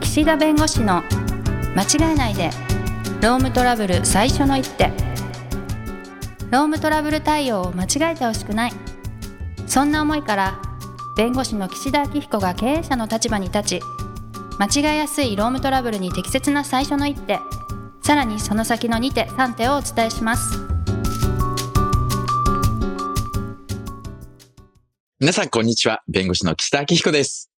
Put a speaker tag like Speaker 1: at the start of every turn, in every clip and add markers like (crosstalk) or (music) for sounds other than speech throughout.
Speaker 1: 岸田弁護士の間違えないでロームトラブル最初の一手ロームトラブル対応を間違えてほしくないそんな思いから弁護士の岸田明彦が経営者の立場に立ち間違えやすいロームトラブルに適切な最初の一手さらにその先の2手3手をお伝えします
Speaker 2: 皆さん、こんにちは。弁護士の岸田明彦です。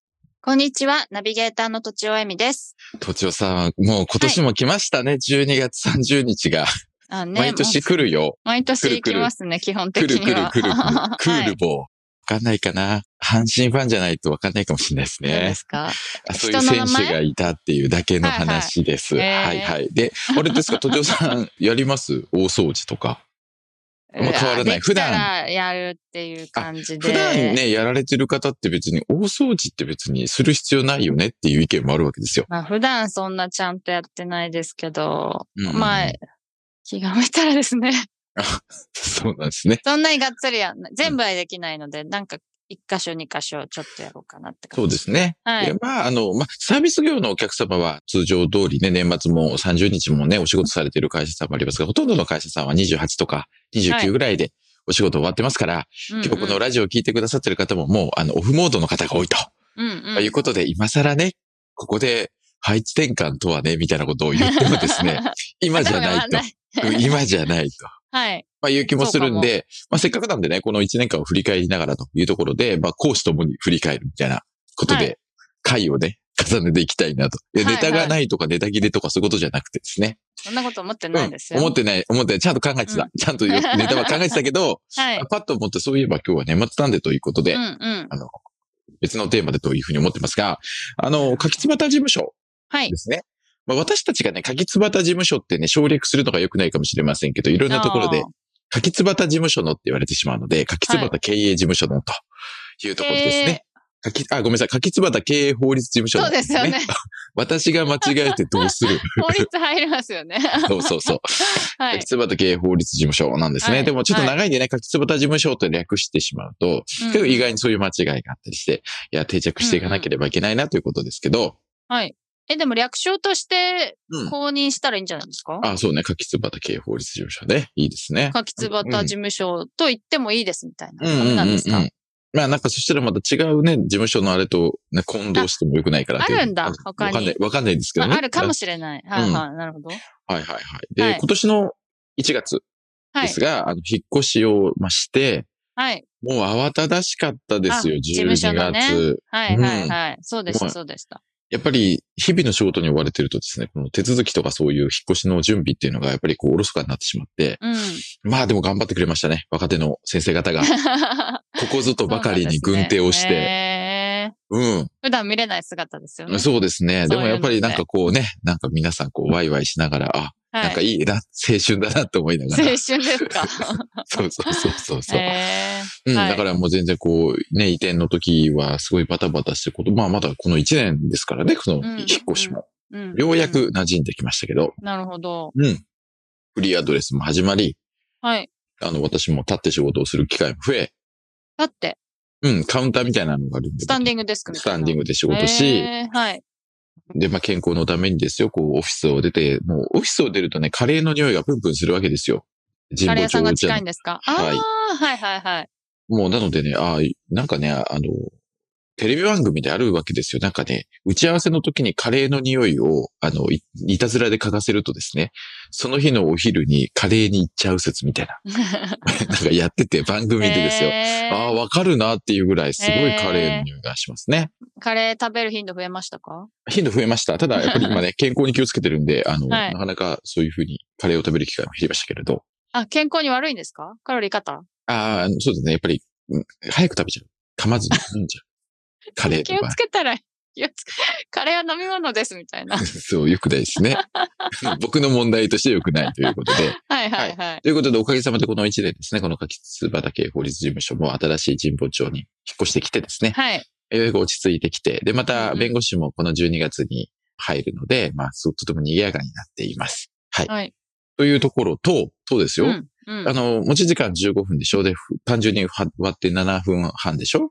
Speaker 3: こんにちは、ナビゲーターのとちおえみです。
Speaker 2: とちおさん、もう今年も来ましたね。12月30日が。
Speaker 3: あね、
Speaker 2: 毎年来るよ。
Speaker 3: 毎
Speaker 2: くる
Speaker 3: 年行
Speaker 2: くる
Speaker 3: きますね、基本
Speaker 2: 来
Speaker 3: 的
Speaker 2: る来
Speaker 3: に
Speaker 2: る
Speaker 3: (laughs) は。
Speaker 2: 来る来る。クール
Speaker 3: はい
Speaker 2: 棒。わかんないかな。阪神ファンじゃないとわかんないかもしれないです
Speaker 3: どうで
Speaker 2: ね。
Speaker 3: すか
Speaker 2: あそういう
Speaker 3: 人
Speaker 2: 選
Speaker 3: の名前
Speaker 2: 手がいたっていうだけの
Speaker 3: はいはい
Speaker 2: 話です。
Speaker 3: へ
Speaker 2: はい
Speaker 3: ー
Speaker 2: はい。で、あれですか、とちおさん、やります大掃除とか。まあ変わらない
Speaker 3: できたらやるっていう感じで。
Speaker 2: 普段ね、やられてる方って別に、大掃除って別にする必要ないよねっていう意見もあるわけですよ。
Speaker 3: まあ普段そんなちゃんとやってないですけど、
Speaker 2: うんうん
Speaker 3: まあ、気が向いたらですね。
Speaker 2: そうなんですね。
Speaker 3: そんなにがっつりやんない全部はできないので、なんか一箇所二箇所ちょっとやろうかなって感じ。
Speaker 2: そうですね。
Speaker 3: は
Speaker 2: で
Speaker 3: い。
Speaker 2: まあ、あの、まあ、サービス業のお客様は通常通りね、年末も30日もね、お仕事されてる会社さんもありますが、ほとんどの会社さんは28とか
Speaker 3: はい
Speaker 2: 29ぐらいでお仕事終わってますから、今日このラジオを聞いてくださってる方ももう、あの、オフモードの方が多いと
Speaker 3: うんうん、うん
Speaker 2: いうことで、今更ね、ここで配置転換とはね、みたいなことを言ってもですね、 (laughs) 今じゃないと。うん今じゃないと。
Speaker 3: はい。
Speaker 2: まあ、いう気もするん
Speaker 3: そ
Speaker 2: で、まあ、せっかくなんでね、この1年間を振り返りながらというところで、まあ、講師ともに振り返るみたいなこと
Speaker 3: は
Speaker 2: で、回をね、重ねていきたいなと。いや
Speaker 3: はい
Speaker 2: ネ
Speaker 3: はい
Speaker 2: タがないとかネタ切れとかそういうことじゃなくてですね。
Speaker 3: そんなこと思って
Speaker 2: う
Speaker 3: ない
Speaker 2: ん
Speaker 3: ですよ。
Speaker 2: 思ってない、思ってない。ちゃんと考えてた。
Speaker 3: う
Speaker 2: ちゃんとよ
Speaker 3: (laughs)
Speaker 2: ネタは考えてたけど、
Speaker 3: はい。
Speaker 2: パッと思ってそういえば今日は年末なんでということで、
Speaker 3: うんうん。
Speaker 2: 別のテーマでというふうに思ってますが、あの、柿つばた事務所
Speaker 3: はい
Speaker 2: で。すね。まあ、私たちがね、柿つばた事務所ってね、省略するのが良くないかもしれませんけど、いろんなところで
Speaker 3: あー、
Speaker 2: 柿つばた事務所のって言われてしまうので、柿つばた経営事務所のというところですね。柿あ、ごめんなさい。柿つばた経営法律事務所
Speaker 3: そ
Speaker 2: の
Speaker 3: うですよね。 (laughs)
Speaker 2: 私が間違えてどうする
Speaker 3: 法律入りま
Speaker 2: (laughs)
Speaker 3: すよね。
Speaker 2: そうそうそう。
Speaker 3: はい
Speaker 2: 柿。つばた経営法律事務所なんですね。
Speaker 3: はい
Speaker 2: でもちょっと長いんでね、柿つばた事務所と略してしまうと、結構意外にそういう間違いがあったりして、いや、定着していかなければいけないなということですけど、
Speaker 3: はい。え、でも略称として
Speaker 2: うん
Speaker 3: 公認したらいいんじゃないですか、
Speaker 2: あ、そうね。柿つばた経営法律事務所ね。いいですね。
Speaker 3: かきつばた事務所と言ってもいいですみたい
Speaker 2: う
Speaker 3: な。
Speaker 2: んうん
Speaker 3: ダメなんです
Speaker 2: うんう
Speaker 3: か
Speaker 2: んまあなんかそしたらまた違うね、事務所のあれと、ね、混同してもよくないから
Speaker 3: あ
Speaker 2: っていう
Speaker 3: あるんだ
Speaker 2: わ
Speaker 3: 他に
Speaker 2: かんない、わかんないですけどね。
Speaker 3: ああるかもしれない。はいはい。なるほど。
Speaker 2: はいはいはい。で、
Speaker 3: はい
Speaker 2: 今年の1月
Speaker 3: は
Speaker 2: で
Speaker 3: い
Speaker 2: す。が、あの、引っ越しをまあして、
Speaker 3: はい。
Speaker 2: もう慌ただしかったですよ、
Speaker 3: あ事
Speaker 2: 12
Speaker 3: 務所
Speaker 2: 月。
Speaker 3: のねはい。はい。はい。そうでし
Speaker 2: は
Speaker 3: た。
Speaker 2: い
Speaker 3: そうでした。
Speaker 2: やっぱり、日々の仕事に追われてるとですね、この手続きとかそういう引っ越しの準備っていうのがやっぱりこう、おろそかになってしまって、 (laughs)
Speaker 3: うん。
Speaker 2: まあでも頑張ってくれましたね、若手の先生方が。
Speaker 3: (laughs)
Speaker 2: ここぞとばかりに軍手をし
Speaker 3: そうな
Speaker 2: て。
Speaker 3: んですねへー
Speaker 2: うん。
Speaker 3: 普段見れない姿ですよね。
Speaker 2: そうですね。で
Speaker 3: そういうの
Speaker 2: もやっぱりなんかこうね、なんか皆さんこうワイワイしながら、あ、
Speaker 3: は
Speaker 2: なんか
Speaker 3: い。
Speaker 2: いいな、青春だなって思いなが
Speaker 3: 青
Speaker 2: ら。
Speaker 3: 春ですか。
Speaker 2: そうそうそうそう (laughs) そう。
Speaker 3: へー
Speaker 2: うん、
Speaker 3: はい
Speaker 2: だからもう全然こう、ね、移転の時はすごいバタバタしてこと、まあまだこの1年ですからね、この
Speaker 3: ん
Speaker 2: 引っ越しも。
Speaker 3: うん
Speaker 2: ようや。く馴染んできましたけど、
Speaker 3: なるほど。
Speaker 2: うん。フリーアドレスも始まり、
Speaker 3: はい。
Speaker 2: あの、私も立って仕事をする機会も増え、
Speaker 3: だって、
Speaker 2: うん、カウンターみたいなのがあるんで。
Speaker 3: スタンディン
Speaker 2: グ。
Speaker 3: グデスクみ
Speaker 2: ス
Speaker 3: たいな。
Speaker 2: タンディングで仕
Speaker 3: 仕
Speaker 2: 事し、
Speaker 3: はい。
Speaker 2: で、まあ健康のためにですよ、こう、オフィスを出て、もうオフィスを出るとね、カレーの匂いがプンプンするわけですよ。神
Speaker 3: カレ
Speaker 2: 保
Speaker 3: ー屋さんが
Speaker 2: 町じ
Speaker 3: 近
Speaker 2: ゃ
Speaker 3: いんですかあ
Speaker 2: はい
Speaker 3: あー、はいは
Speaker 2: (laughs)
Speaker 3: いはい。
Speaker 2: もうなのでね、ああ、なんかね、あの、テレビ番組であるわけですよ。なんかね、打ち合わせの時にカレーの匂いを、あの、いいたずらで嗅がせるとですね、その日のお昼にカレーに行っちゃう説みたいな、なんかやってて番組でですよ。
Speaker 3: へー
Speaker 2: ああ、わかるなっていうぐらいすごいカレーの匂いがしますね。
Speaker 3: カレー食べる頻度増えましたか
Speaker 2: 頻度増えました。ただ、やっぱり
Speaker 3: (laughs)
Speaker 2: 今ね、健康に気をつけてるんで、あの、
Speaker 3: はい
Speaker 2: なかなかそういうふうにカレーを食べる機会も減りましたけれど。
Speaker 3: あ、健康に悪いんですかカロリー方
Speaker 2: ああ、そうですね。やっぱり、うん早く食べちゃう。噛まずに飲んじゃう。
Speaker 3: (laughs)
Speaker 2: カレー
Speaker 3: 気
Speaker 2: と
Speaker 3: を
Speaker 2: か
Speaker 3: つ。けたら、 (laughs) 気をつけ、カレーは飲み物ですみた
Speaker 2: (laughs)
Speaker 3: いな。
Speaker 2: そう、良くないです
Speaker 3: (laughs)
Speaker 2: ね。僕の問題として良くないということで。
Speaker 3: はいはいはい。
Speaker 2: ということで、おかげさまでこの1年ですね、この柿津畑法律事務所も新しい神保町に引っ越してきてですね、
Speaker 3: はい。
Speaker 2: ようやく落ち着いてきて、で、ま
Speaker 3: うん
Speaker 2: た
Speaker 3: うん
Speaker 2: 弁護士もこの12月に入るので、まあ、そうとても賑やかになっています。はい。
Speaker 3: はい。
Speaker 2: というところと、そうです
Speaker 3: う
Speaker 2: よ。
Speaker 3: ん。うん
Speaker 2: あの、持ち時間15分でしょで、ふ単純に割って7分半でしょ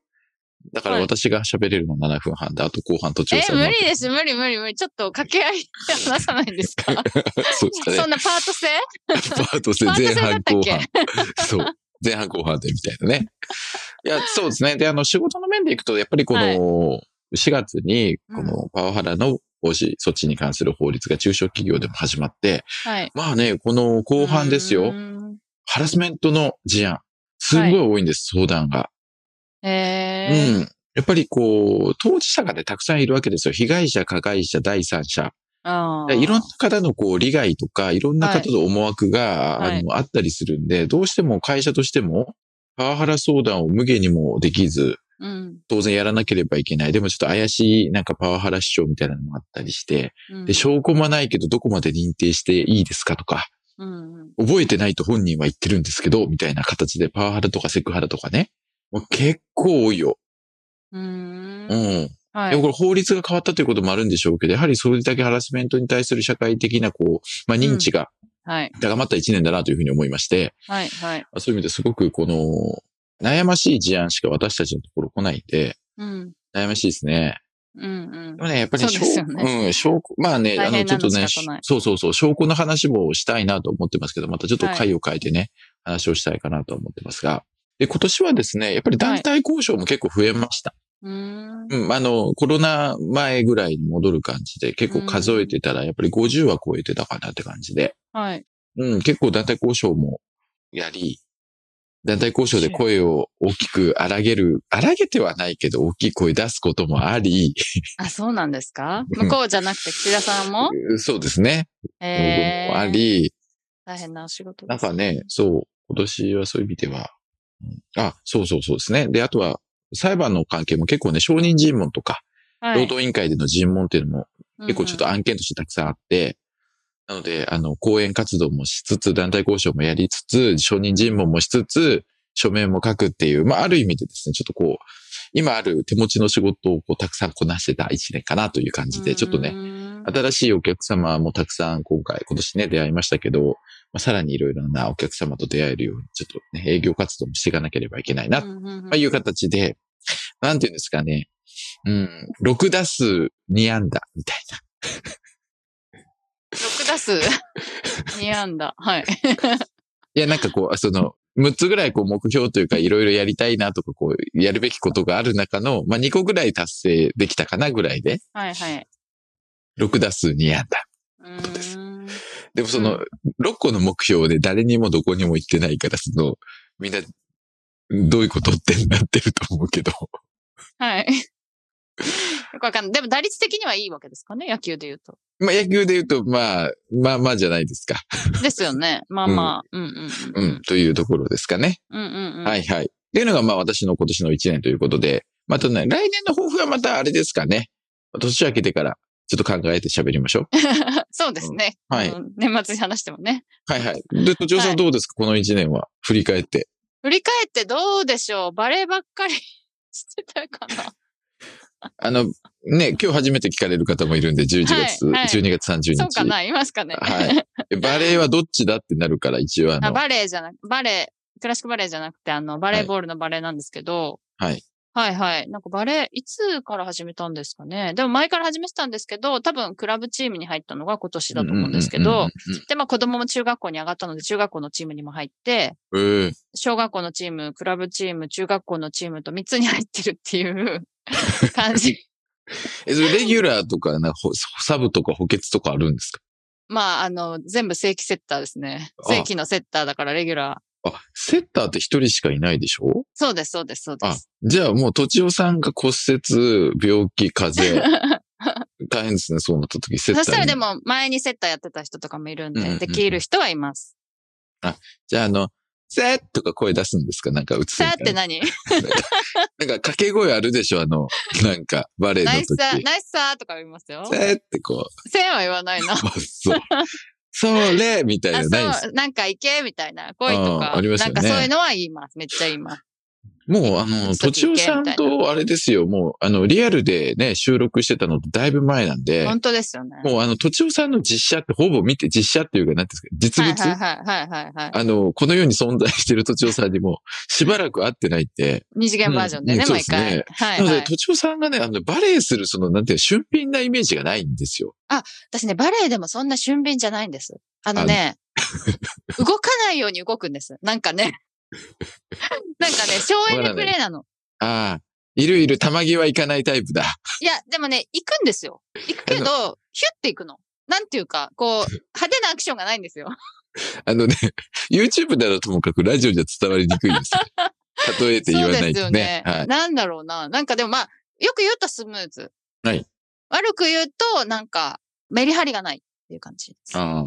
Speaker 2: だから私が喋れるの7分半で、あと後半途中
Speaker 3: え、
Speaker 2: さん
Speaker 3: 無
Speaker 2: の
Speaker 3: 理です、無理無理無理。ちょっと掛け合いで話さないんですか
Speaker 2: (laughs) そうですかね (laughs)
Speaker 3: そん。なパート制
Speaker 2: パート制
Speaker 3: パート制
Speaker 2: 前
Speaker 3: だ
Speaker 2: 半
Speaker 3: ったっ
Speaker 2: 後
Speaker 3: け
Speaker 2: 半。そう。前半後半でみたいなね。いや、そうですね。で、あの、仕事の面でいくと、やっぱりこの、4月に、このパワハラの防止措置に関する法律が中小企業でも始まって、
Speaker 3: はい。
Speaker 2: まあね、この後半です
Speaker 3: う
Speaker 2: よ
Speaker 3: ー。ん。
Speaker 2: ハラスメントの事案。すごい多いんです、相談が。
Speaker 3: えー。
Speaker 2: うん。やっぱりこう、当事者がね、たくさんいるわけですよ。被害者、加害者、第三者。
Speaker 3: あー
Speaker 2: いろんな方のこう利害とか、いろんな
Speaker 3: はい
Speaker 2: 方の思惑が、
Speaker 3: はい
Speaker 2: あのあったりするんで、どうしても会社としても、パワハラ相談を無限にもできず、
Speaker 3: うん。
Speaker 2: 当然やらなければいけない。でもちょっと怪しい、なんかパワハラ主張みたいなのもあったりして、
Speaker 3: うん
Speaker 2: で、証拠もないけどどこまで認定していいですかとか、
Speaker 3: うんうん。
Speaker 2: 覚えてないと本人は言ってるんですけど、みたいな形でパワハラとかセクハラとかね。もう結構多いよ。
Speaker 3: う
Speaker 2: う
Speaker 3: ーん。
Speaker 2: ん。
Speaker 3: は
Speaker 2: でも
Speaker 3: い。
Speaker 2: これ法律が変わったということもあるんでしょうけど、やはりそれだけハラスメントに対する社会的なこう、まあ認知が
Speaker 3: はい。
Speaker 2: 高まった一年だなというふうに思いまして、
Speaker 3: はい。はい。
Speaker 2: そういう意味ですごくこの、悩ましい事案しか私たちのところ来ないんで、
Speaker 3: うん。
Speaker 2: 悩ましいですね。
Speaker 3: うんうん
Speaker 2: で。もね、やっぱりね、
Speaker 3: そう
Speaker 2: 証
Speaker 3: ですよ
Speaker 2: 拠、
Speaker 3: ね
Speaker 2: うん、証拠、まあね、あ
Speaker 3: 大
Speaker 2: の、
Speaker 3: 変
Speaker 2: ちょ
Speaker 3: な
Speaker 2: っ
Speaker 3: の
Speaker 2: とね
Speaker 3: しか来ない、
Speaker 2: そうそうそう、証拠の話もしたいなと思ってますけど、またちょっと
Speaker 3: はい
Speaker 2: 回を変えてね、話をしたいかなと思ってますが、で、今年はですね、やっぱり団体交渉も結構増えました。
Speaker 3: うーん。
Speaker 2: うん、あの、コロナ前ぐらいに戻る感じで、結構数えてたら、やっぱり50は超えてたかなって感じで。
Speaker 3: はい。
Speaker 2: うん、結構団体交渉もやり、団体交渉で声を大きく荒げる、荒げてはないけど大きい声出すこともあり、
Speaker 3: あ、そうなんですか
Speaker 2: うん
Speaker 3: 向こうじゃなくて、岸田さんも
Speaker 2: そうですね。
Speaker 3: え
Speaker 2: も
Speaker 3: ー
Speaker 2: あり、
Speaker 3: 大変なお仕事
Speaker 2: な
Speaker 3: で
Speaker 2: ん
Speaker 3: す。
Speaker 2: かね、そう、今年はそういう意味では、うんあ、そうそうそうですね。で、あとは、裁判の関係も結構ね、承認尋問とか、
Speaker 3: は
Speaker 2: 労
Speaker 3: い
Speaker 2: 働委員会での尋問っていうのも結構ちょっと
Speaker 3: うんうん
Speaker 2: 案件としてたくさんあって、なので、あの、講演活動もしつつ、団体交渉もやりつつ、承認尋問もしつつ、書面も書くっていう、まあ、ある意味でですね、ちょっとこう、今ある手持ちの仕事をこうたくさんこなしてた一年かなという感じで、ちょっとね、
Speaker 3: うーん
Speaker 2: 新しいお客様もたくさん今回、今年ね、出会いましたけど、まあ、さらにいろいろなお客様と出会えるように、ちょっとね、営業活動もしていかなければいけないな、
Speaker 3: うんうんうん
Speaker 2: まあ、いう形で、なんていうんですかね、うん、6打数2安打みたいな。
Speaker 3: 6打 (laughs) 数2安打。はい。
Speaker 2: いや、なんかこう、その、6つぐらいこう目標というか、いろいろやりたいなとか、こう、やるべきことがある中の、まあ、2個ぐらい達成できたかなぐらいで、
Speaker 3: はいはい。
Speaker 2: 6打数2安打。
Speaker 3: うーん。
Speaker 2: でもそうの、6個の目標で誰にもどこにも行ってないから、その、みんな、どういうことってなってると思うけど。 (laughs)
Speaker 3: はい。よくわかんない。でも打率的にはいいわけですかね、野球で言うと。
Speaker 2: まあ、野球で言うと、まあ、まあまあじゃないですか。
Speaker 3: ですよね。まあまあ。うんうんう
Speaker 2: うんん、というところですかね。
Speaker 3: うん。うんうんうん。
Speaker 2: はいはい。っていうのが、まあ私の今年の1年ということで、またね、来年の抱負はまたあれですかね。年明けてから、ちょっと考えて喋りましょう。
Speaker 3: そうですね。
Speaker 2: うんはい
Speaker 3: あの年末に話してもね。
Speaker 2: はいはい。で、都庁さん
Speaker 3: はい
Speaker 2: どうですか、この1年は。振り返って。
Speaker 3: 振り返ってどうでしょうバレーばっかり (laughs) してたか (laughs) な
Speaker 2: あの、ね、今日初めて聞かれる方もいるんで、11月、
Speaker 3: はいはい
Speaker 2: 12月30日。
Speaker 3: そうかないますかね、 (laughs)
Speaker 2: はい。えバレーはどっちだってなるから、一応あ
Speaker 3: あ
Speaker 2: の、
Speaker 3: バレーじゃなく、バレー、クラシックバレーじゃなくて、あの、バレーボールのバレーなんですけど、
Speaker 2: はい。
Speaker 3: はいはい。なんかバレー、いつから始めたんですかね。でも前から始めてたんですけど、多分クラブチームに入ったのが今年だと思うんですけ
Speaker 2: う
Speaker 3: ど
Speaker 2: ん、
Speaker 3: で、まあ子供も中学校に上がったので、中学校のチームにも入って、
Speaker 2: うんうんうん。え
Speaker 3: 小学校のチーム、クラブチーム、中学校のチームと3つに入ってるっていう (laughs) 感じ。
Speaker 2: ーえそれレギュラーとか、なほサブとか補欠とかあるんですか
Speaker 3: まあ、あの、全部正規セッターですね。
Speaker 2: あ
Speaker 3: 正規のセッターだからレギュラー。
Speaker 2: あ、セッターって一人しかいないでしょ
Speaker 3: そうです、そうです、そうで
Speaker 2: あ (laughs)
Speaker 3: す。、
Speaker 2: じゃあもう、とちおさんが骨折、病気、風
Speaker 3: (laughs)
Speaker 2: 邪。大変ですね、そうなった時、セッター
Speaker 3: そ
Speaker 2: に。
Speaker 3: したらでも、前にセッターやってた人とかもいるん
Speaker 2: うんうんう
Speaker 3: で、
Speaker 2: ん
Speaker 3: できる人はいます。
Speaker 2: じゃあ、あの、セッとか声出すんですかなんか映す
Speaker 3: さ
Speaker 2: の
Speaker 3: あ
Speaker 2: か
Speaker 3: って何
Speaker 2: なんか掛け声あるでしょあ
Speaker 3: (laughs)
Speaker 2: の、なんか、バレエの
Speaker 3: ナイ
Speaker 2: 時
Speaker 3: ス。さ、ナイスさとか言いますよ。
Speaker 2: セッってこう、
Speaker 3: せんは言
Speaker 2: (laughs)
Speaker 3: わないな。あ、
Speaker 2: あそう。それみたいな、ないんです
Speaker 3: そう、なんか行けみたいな、恋と
Speaker 2: あー
Speaker 3: か、
Speaker 2: ありまし
Speaker 3: な
Speaker 2: たよ
Speaker 3: ん
Speaker 2: ね
Speaker 3: かそういうのは言います。めっちゃ言います。
Speaker 2: もう、あの、とちおさんと、あれですよ、もう、あの、リアルでね、収録してたのだいぶ前なんで、
Speaker 3: 本当ですよね。
Speaker 2: もう、あの、とちおさんの実写ってほぼ見て、実写っていうか、なんていうんですか、実
Speaker 3: はい
Speaker 2: 物
Speaker 3: はいはいはいはい、はい。
Speaker 2: あの、この世に存在しているとちおさんに
Speaker 3: (laughs)
Speaker 2: も、しばらく会ってないって。
Speaker 3: 二次元バージョンで
Speaker 2: うん
Speaker 3: ね、
Speaker 2: うんそうで
Speaker 3: 毎
Speaker 2: すねな
Speaker 3: 回。は、
Speaker 2: いの
Speaker 3: は
Speaker 2: で、
Speaker 3: い。
Speaker 2: とちおさんがね、あの、バレーする、その、なんていうの、俊敏なイメージがないんですよ。
Speaker 3: 私ね、バレエでもそんな俊敏じゃないんです。あ
Speaker 2: (laughs)
Speaker 3: のね、動かないように動くんです。なん
Speaker 2: (laughs)
Speaker 3: かね。なんかね、省エネプレイなの。
Speaker 2: ああ、いるいる、玉際行かないタイプだ。
Speaker 3: いや、でもね、行くんですよ。行くけど、ヒュッて行くの。なんていうか、
Speaker 2: (laughs)
Speaker 3: こう、派手なアクションがないんですよ。
Speaker 2: あのね、YouTube ならともかく、ラジオじゃ伝わりにくいです
Speaker 3: (laughs)
Speaker 2: よ。例えて言
Speaker 3: そう
Speaker 2: わな
Speaker 3: で
Speaker 2: い
Speaker 3: すよ
Speaker 2: と
Speaker 3: ね
Speaker 2: ね。。はい。
Speaker 3: なんだろうな。なんかでもまあ、よく言うとスムーズ。
Speaker 2: はい。
Speaker 3: 悪く言うと、なんか、メリハリがないっていう感じです。
Speaker 2: ああ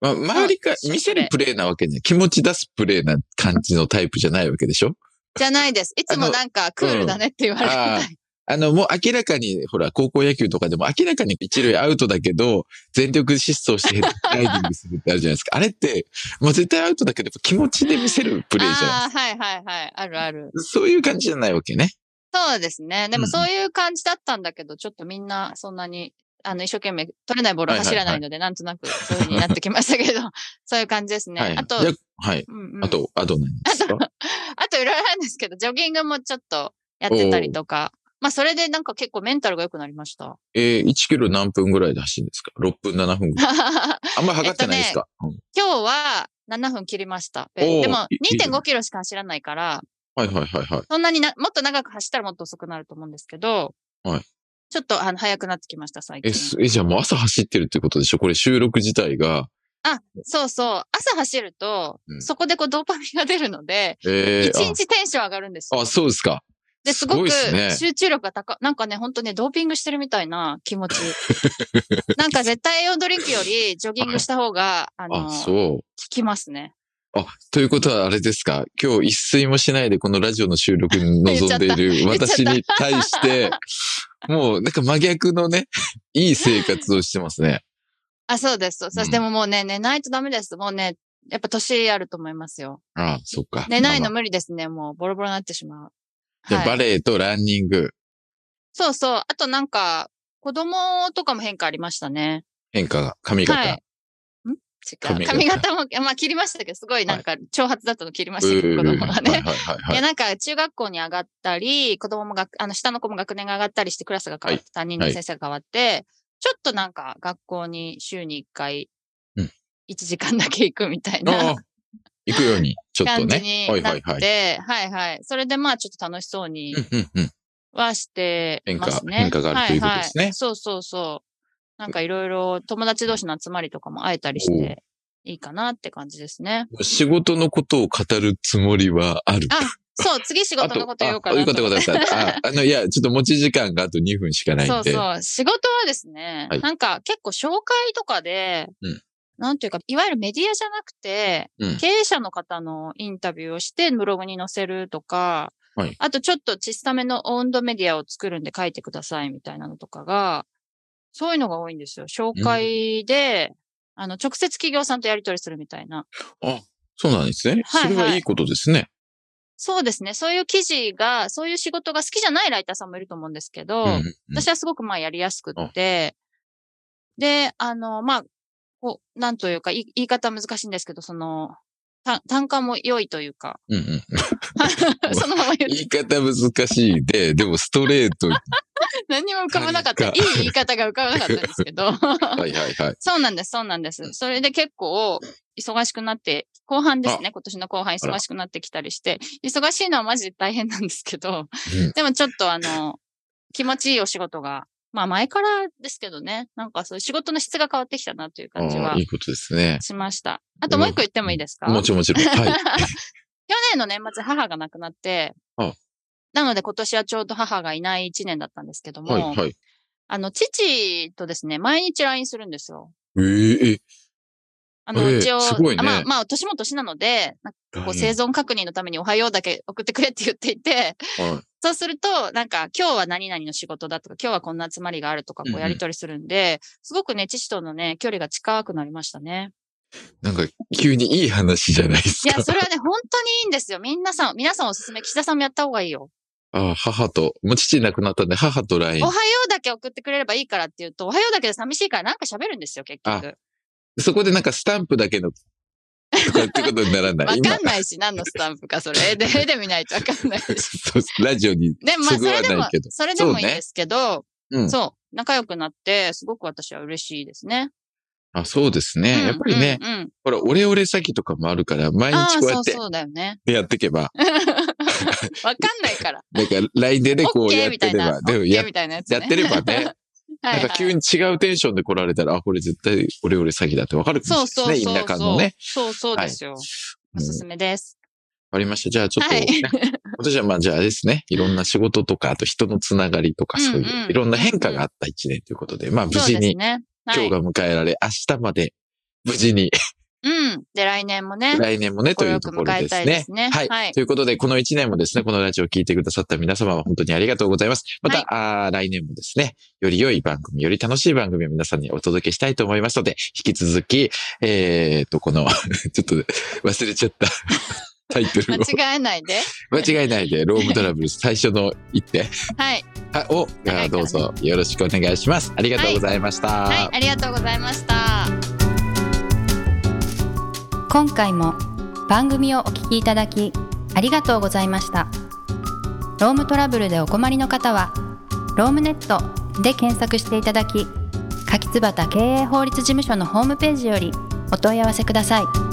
Speaker 2: まあ、周りから
Speaker 3: そう
Speaker 2: 見せるプレイなわけじゃ、気持ち出すプレイな感じのタイプじゃないわけでしょ
Speaker 3: じゃないです。いつもなんか、クールだねって言われるみた
Speaker 2: あ
Speaker 3: い。
Speaker 2: あの、もう明らかに、ほら、高校野球とかでも明らかに一塁アウトだけど、全力疾走してヘッドライディングするってあるじゃないですか。あれって、もう絶対アウトだけど、気持ちで見せるプレイじゃない
Speaker 3: ああー、はいはいはい。あるある。
Speaker 2: そういう感じじゃないわけね。
Speaker 3: そうですね。で
Speaker 2: うんう
Speaker 3: も
Speaker 2: ん
Speaker 3: そういう感じだったんだけど、ちょっとみんなそんなに、あの、一生懸命取れないボールを走らないので、なんとなくそういう風になってきましたけど、 (laughs) そういう感じですね。
Speaker 2: はい。
Speaker 3: あと、
Speaker 2: じゃはい。
Speaker 3: うんうん
Speaker 2: あと、あと何ですか
Speaker 3: あといろいろあるんですけど、ジョギングもちょっとやってたりとか。まあそれでなんか結構メンタルが良くなりました。 (laughs)
Speaker 2: えー、1キロ何分ぐらいで走るんですか ?6 分、7分ぐらい。
Speaker 3: 今
Speaker 2: あんまり測ってないですか、
Speaker 3: 日は7分切りました。
Speaker 2: おー
Speaker 3: でも
Speaker 2: いいいいじゃない
Speaker 3: 2.5キロしか走らないから、
Speaker 2: うんはいはいはいはい。
Speaker 3: そんなにな、もっと長く走ったらもっと遅くなると思うんですけど、
Speaker 2: はい
Speaker 3: ちょっとあの早くなってきました、最近
Speaker 2: え、。すえ、じゃあもう朝走ってるってことでしょこれ収録自体が。
Speaker 3: そうそう。朝走ると、
Speaker 2: うん
Speaker 3: そこでこうドーパミンが出るので、
Speaker 2: え
Speaker 3: 一
Speaker 2: え
Speaker 3: 日テンション上がるんです
Speaker 2: あ
Speaker 3: よ。
Speaker 2: あ、そうですか。
Speaker 3: で、すご
Speaker 2: いで
Speaker 3: く
Speaker 2: すね。
Speaker 3: 集中力が高、なんかね、本当ね、ドーピングしてるみたいな
Speaker 2: (laughs)
Speaker 3: 気持ち。なんか絶対栄養ドリンクよりジョギングした方が、あの、
Speaker 2: あ、
Speaker 3: 効
Speaker 2: そう。
Speaker 3: きますね。
Speaker 2: あ、ということはあれですか今日一睡もしないでこのラジオの収録に臨んでいる
Speaker 3: (laughs) 言っちゃった
Speaker 2: 私に対して、
Speaker 3: (laughs)
Speaker 2: もうなんか真逆のね、 (laughs) いい生活をしてますね。
Speaker 3: あ、そうです。そう
Speaker 2: うん
Speaker 3: でももうね、寝ないとダメです。もうね、やっぱ年あると思いますよ。
Speaker 2: ああ、そっか。
Speaker 3: 寝ないの
Speaker 2: ま
Speaker 3: 無理ですね。もうボロボロになってし
Speaker 2: あ
Speaker 3: まう。
Speaker 2: まあじゃあ
Speaker 3: はい
Speaker 2: バレエとランニング
Speaker 3: そうそう。あとなんか、子供とかも変化ありましたね。
Speaker 2: 変化が、髪型。
Speaker 3: はい違う
Speaker 2: 髪
Speaker 3: 髪
Speaker 2: 型
Speaker 3: 型も、まあ切りましたけど、すごいなんか、挑発だったの切りま
Speaker 2: う
Speaker 3: したけ
Speaker 2: ー
Speaker 3: ど、子供が
Speaker 2: はい
Speaker 3: ね。
Speaker 2: はいはい
Speaker 3: い
Speaker 2: は
Speaker 3: や、
Speaker 2: い。
Speaker 3: なんか、中学校に上がったり、子供もが、あの、下の子も学年が上がったりして、クラスが変わって、担任の先生が変わって、ちょっとなんか、学校に週に1回
Speaker 2: うん、
Speaker 3: 1時間だけ行くみたい
Speaker 2: ああ
Speaker 3: な、
Speaker 2: 行くように、ちょっと
Speaker 3: 感じ
Speaker 2: ね
Speaker 3: に。
Speaker 2: はい
Speaker 3: な
Speaker 2: はい
Speaker 3: っ
Speaker 2: はい。
Speaker 3: て、はいはい。それでまあ、ちょっと楽しそうに
Speaker 2: うんうんうん。
Speaker 3: はしてますね。
Speaker 2: 変化変化があるということですね
Speaker 3: ははそうそうそう。なんかいろいろ友達同士の集まりとかも会えたりして、いいかなって感じですね。
Speaker 2: 仕事のことを語るつもりはある。
Speaker 3: あそう、次仕
Speaker 2: あ
Speaker 3: 事のこと言おうか
Speaker 2: あ
Speaker 3: な
Speaker 2: よかったよかったよかっ
Speaker 3: (laughs)
Speaker 2: た。ああの、いや、ちょっと持ち時間があと2分しかない
Speaker 3: そ
Speaker 2: ん
Speaker 3: う
Speaker 2: で。
Speaker 3: そう。仕事はですね、
Speaker 2: はい
Speaker 3: なんか結構紹介とかで、
Speaker 2: うん
Speaker 3: なんていうか、いわゆるメディアじゃなくて、
Speaker 2: うん
Speaker 3: 経営者の方のインタビューをしてブログに載せるとか、
Speaker 2: はい
Speaker 3: あとちょっと小さめのオウンドメディアを作るんで書いてくださいみたいなのとかが、そういうのが多いんですよ。紹介で、あの、直接企業さんとやり取りするみたいな。
Speaker 2: あ、そうなんですね。
Speaker 3: はいはい
Speaker 2: それはいいことですね。
Speaker 3: そうですね。そういう記事が、そういう仕事が好きじゃないライターさんもいると思うんですけど、
Speaker 2: うんうんうん
Speaker 3: 私はすごくまあやりやすくって、で、あの、まあ、こう、なんというか、い言い方難しいんですけど、その、た単価も良いというか、
Speaker 2: うんうん
Speaker 3: (laughs) そのまま言う
Speaker 2: 言い方難しいで、でもストレー
Speaker 3: (laughs)
Speaker 2: トに。
Speaker 3: 何も浮かばなかった。い
Speaker 2: 単
Speaker 3: い
Speaker 2: 価
Speaker 3: 言い方が浮かばなかったんですけど。
Speaker 2: はいはいはい。
Speaker 3: そうなんです、そうなんです。それで結構、忙しくなって、後半ですね、今年の後半
Speaker 2: あら
Speaker 3: 忙しくなってきたりして、忙しいのはマジで大変なんですけど
Speaker 2: うん、
Speaker 3: (laughs) でもちょっとあの、気持ちいいお仕事が、まあ前からですけどね、なんかそういう仕事の質が変わってきたなという感じ
Speaker 2: あ
Speaker 3: は
Speaker 2: あいいことですね。
Speaker 3: しました。あともう一個言ってもいいですか
Speaker 2: もちろんもちろん。はい。
Speaker 3: 去年の年末母が亡くなって
Speaker 2: あ、
Speaker 3: なので今年はちょうど母がいない一年だったんですけ (laughs) ども、
Speaker 2: はいはい。
Speaker 3: あの、父とですね、毎日 LINE するんですよ。
Speaker 2: えええ
Speaker 3: あ
Speaker 2: え
Speaker 3: の、
Speaker 2: え
Speaker 3: 一応、
Speaker 2: すごいね
Speaker 3: あまあ、まあ、年も年なので、なんかこう生存確認のためにおはようだけ送ってくれって言っていて、 (laughs)
Speaker 2: はい
Speaker 3: そうすると、なんか、今日は何々の仕事だとか、今日はこんな集まりがあるとか、
Speaker 2: うん
Speaker 3: こ
Speaker 2: うん
Speaker 3: うやりとりするんで、すごくね、父とのね、距離が近くなりましたね。
Speaker 2: なんか、急にいい話じゃないです
Speaker 3: いや、
Speaker 2: (laughs) か。
Speaker 3: それはね、本当にいいんですよ。みんなさん、皆さんおすすめ。岸田さんもやった方がいいよ。
Speaker 2: ああ母と、もう父亡くなったんで、母と
Speaker 3: お
Speaker 2: LINE
Speaker 3: はよ。うだけ送ってくれればいいからって言うと、おはようだけで寂しいからなんか喋るんですよ、結局。
Speaker 2: そこでなんかスタンプだけの、とかってことになら
Speaker 3: わ (laughs)
Speaker 2: ない。
Speaker 3: かんないし、何のスタンプか、それ。
Speaker 2: (laughs)
Speaker 3: 絵で、絵で見ないとわかんないし。
Speaker 2: そうラジオに
Speaker 3: でも、まあ、
Speaker 2: そ
Speaker 3: そ
Speaker 2: ぐわ
Speaker 3: れでも
Speaker 2: ないけ、ど。
Speaker 3: それでもいい
Speaker 2: そうね
Speaker 3: ですけど、
Speaker 2: うん。
Speaker 3: そう、仲良くなって、すごく私は嬉しいですね。
Speaker 2: あそうですね。
Speaker 3: うん
Speaker 2: やっぱりね、
Speaker 3: うんうん
Speaker 2: ほら、オレオレ詐欺とかもあるから、毎
Speaker 3: あ
Speaker 2: 日
Speaker 3: あ、
Speaker 2: こうや
Speaker 3: そ
Speaker 2: っ
Speaker 3: う
Speaker 2: て
Speaker 3: そうだよ
Speaker 2: (laughs)
Speaker 3: ね。
Speaker 2: やっていけば、
Speaker 3: わかんないから。
Speaker 2: なんか LINE でね、こ
Speaker 3: オッ
Speaker 2: う
Speaker 3: ケ
Speaker 2: や
Speaker 3: ー
Speaker 2: っ
Speaker 3: みた
Speaker 2: て
Speaker 3: い
Speaker 2: れ
Speaker 3: な。
Speaker 2: ば、でも
Speaker 3: オッケ
Speaker 2: や
Speaker 3: ーみたいなやつ、ね。
Speaker 2: やってればね、
Speaker 3: (laughs) はい、
Speaker 2: なんか急に違うテンションで来られたら、あ、これ絶対オレオレ詐欺だってわかるか
Speaker 3: そ
Speaker 2: も
Speaker 3: う
Speaker 2: しれ
Speaker 3: そ
Speaker 2: な
Speaker 3: う
Speaker 2: いで
Speaker 3: そ
Speaker 2: す
Speaker 3: う
Speaker 2: ね、田舎のね。
Speaker 3: そうそうですよ。お
Speaker 2: うん
Speaker 3: すすめです。
Speaker 2: わかりました。じゃあちょっと、
Speaker 3: はい
Speaker 2: ね私はまあじゃああれですね、いろんな仕事とか、あと人のつながりとか、そう
Speaker 3: うんう
Speaker 2: い
Speaker 3: ん
Speaker 2: ういろんな変化があった一年ということで、まあ無
Speaker 3: そう
Speaker 2: 事
Speaker 3: です
Speaker 2: に
Speaker 3: ね。は
Speaker 2: 今日
Speaker 3: い。
Speaker 2: が迎えられ、明日まで無事に
Speaker 3: うん。で、来年もね。
Speaker 2: 来年もね、とい
Speaker 3: 心よ
Speaker 2: う
Speaker 3: く
Speaker 2: ところ
Speaker 3: 迎え
Speaker 2: で
Speaker 3: た
Speaker 2: す
Speaker 3: いで
Speaker 2: ね
Speaker 3: す。ね。
Speaker 2: はい、
Speaker 3: はい
Speaker 2: ということで、この1年もですね、このラジオを聞いてくださった皆様は本当にありがとうございます。また、
Speaker 3: はい
Speaker 2: あー来年もですね、より良い番組、より楽しい番組を皆さんにお届けしたいと思いますので、引き続き、えー、と、この、 (laughs) ちょっと忘れちゃった (laughs) タイトルを
Speaker 3: 間違えないで。
Speaker 2: 間違えないで、ロームトラブル最初の一手
Speaker 3: はい。
Speaker 2: あを、あ
Speaker 3: 長いからね
Speaker 2: ーどうぞよろしくお願いします。ありがとうございました。
Speaker 3: はい。ありがとうございました。
Speaker 1: 今回も番組をお聞きいただきありがとうございましたロームトラブルでお困りの方は「ロームネット」で検索していただき柿椿経営法律事務所のホームページよりお問い合わせください